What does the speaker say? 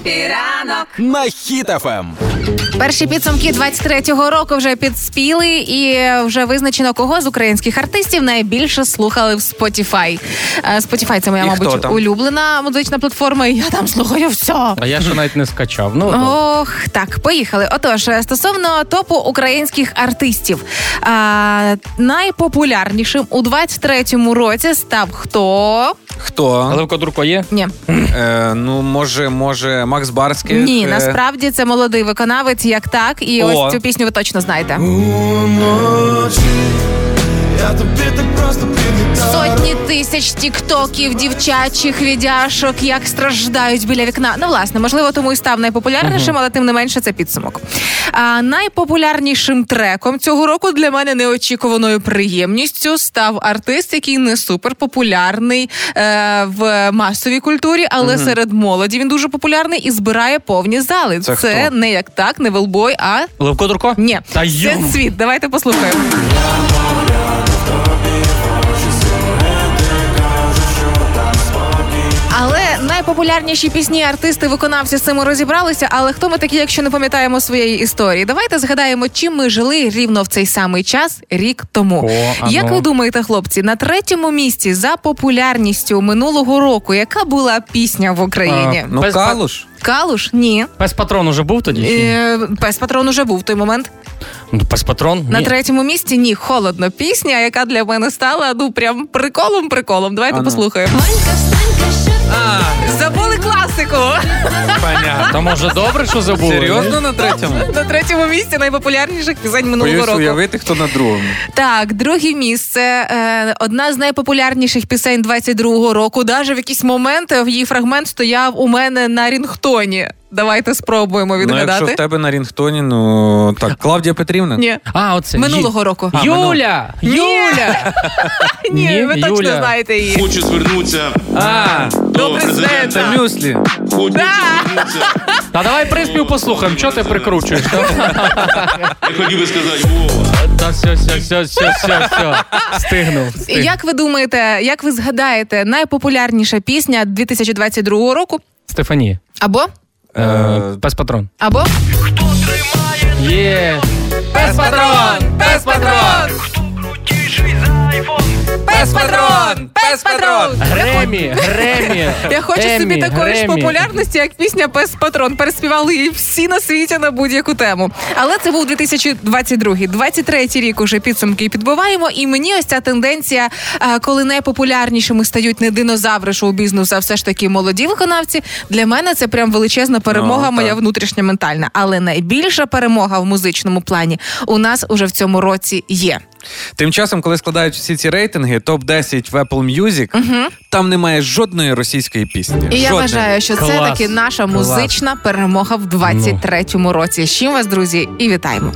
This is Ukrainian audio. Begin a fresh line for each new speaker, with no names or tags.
Епіранок.
на хітафем.
Перші підсумки 23-го року вже підспіли, і е, вже визначено, кого з українських артистів найбільше слухали в Spotify. Е, Spotify – це моя,
І хто
мабуть,
там?
улюблена музична платформа. і Я там слухаю все.
А я ще навіть не скачав. Ну, то.
Ох, так, поїхали. Отож, е, стосовно топу українських артистів. А, найпопулярнішим у 23-му році став хто?
Хто?
Але в кодурко є?
Ні.
Е, ну, може, може, Макс Барський.
Ні,
Е,
насправді це молодий виконавець, як так, і
О.
ось цю пісню ви точно знаєте. Сотні тисяч тіктоків, дівчачих відяшок, як страждають біля вікна. Ну, власне, можливо, тому і став найпопулярнішим, але тим не менше це підсумок. А, найпопулярнішим треком цього року для мене неочікуваною приємністю став артист, який не суперпопулярний е, в масовій культурі, але серед молоді він дуже популярний і збирає повні зали.
Це
Це,
хто?
не як так, не велбой, а
Левко Дурко?
ні.
Та
це
йом.
світ. Давайте послухаємо. Але найпопулярніші пісні артисти виконавці з цим розібралися. Але хто ми такі, якщо не пам'ятаємо своєї історії? Давайте згадаємо, чим ми жили рівно в цей самий час рік тому.
О, а
Як
ну.
ви думаєте, хлопці, на третьому місці за популярністю минулого року, яка була пісня в Україні?
Ну,
Без-
Калуш.
Калуш? Ні.
Пес Патрон уже був тоді? чи ні?
Е, Пес патрон уже був в той момент.
Ну, Пес Патрон?
На
Ні.
третьому місці ні, холодно. Пісня, яка для мене стала ну прям приколом, приколом. Давайте
Ану.
послухаємо. Забули класику.
Понятно.
Та може добре, що забули?
Серйозно на третьому?
На третьому місці найпопулярніших пісень минулого
Боюсь
року.
уявити, хто на другому.
Так, друге місце. Е, одна з найпопулярніших пісень 22-го року. Даже в якісь моменти в її фрагмент стояв у мене на рінгтоні. Давайте спробуємо
Ну, якщо
відгадати.
в тебе на рінгтоні, ну так, Клавдія Петрівна.
Ні.
А, оце.
Минулого року.
Ю- Юля!
Ні.
Юля!
Ні,
Ні,
ви точно
Юля.
знаєте її.
Хочу звернутися
А,
до президента.
це мюслі.
Хочу
Да.
звернутися.
Та давай приспів послухаємо, чого ти прикручуєш? Та,
Я хотів би сказати, Вова.
та все, все, все, все, все, все. Стигнув.
І
стигнув.
Як ви думаєте, як ви згадаєте, найпопулярніша пісня 2022 року?
Стефанія.
Або?
Е,
Е, Пес Патрон.
Або?
Є. Пес Патрон! Пес Патрон!
Пес патрон! Пес патрон!
Гремі, Гремі.
Я хочу собі
Еммі,
такої ж
Гремі.
популярності, як пісня Пес Патрон. Переспівали її всі на світі на будь-яку тему. Але це був 2022. 23-й рік уже підсумки підбиваємо. І мені ось ця тенденція, е, коли найпопулярнішими стають не динозаври шоу-бізнесу, а все ж таки молоді виконавці. Для мене це прям величезна перемога,
Ну,
моя
так.
внутрішня ментальна. Але найбільша перемога в музичному плані у нас уже в цьому році є.
Тим часом, коли складають всі ці рейтинги, топ-10 в Apple Music, там немає жодної російської пісні.
І я
Жодної.
вважаю, що це
Клас.
таки наша
Клас.
музична перемога в 23-му році. З чим вас, друзі, і вітаємо.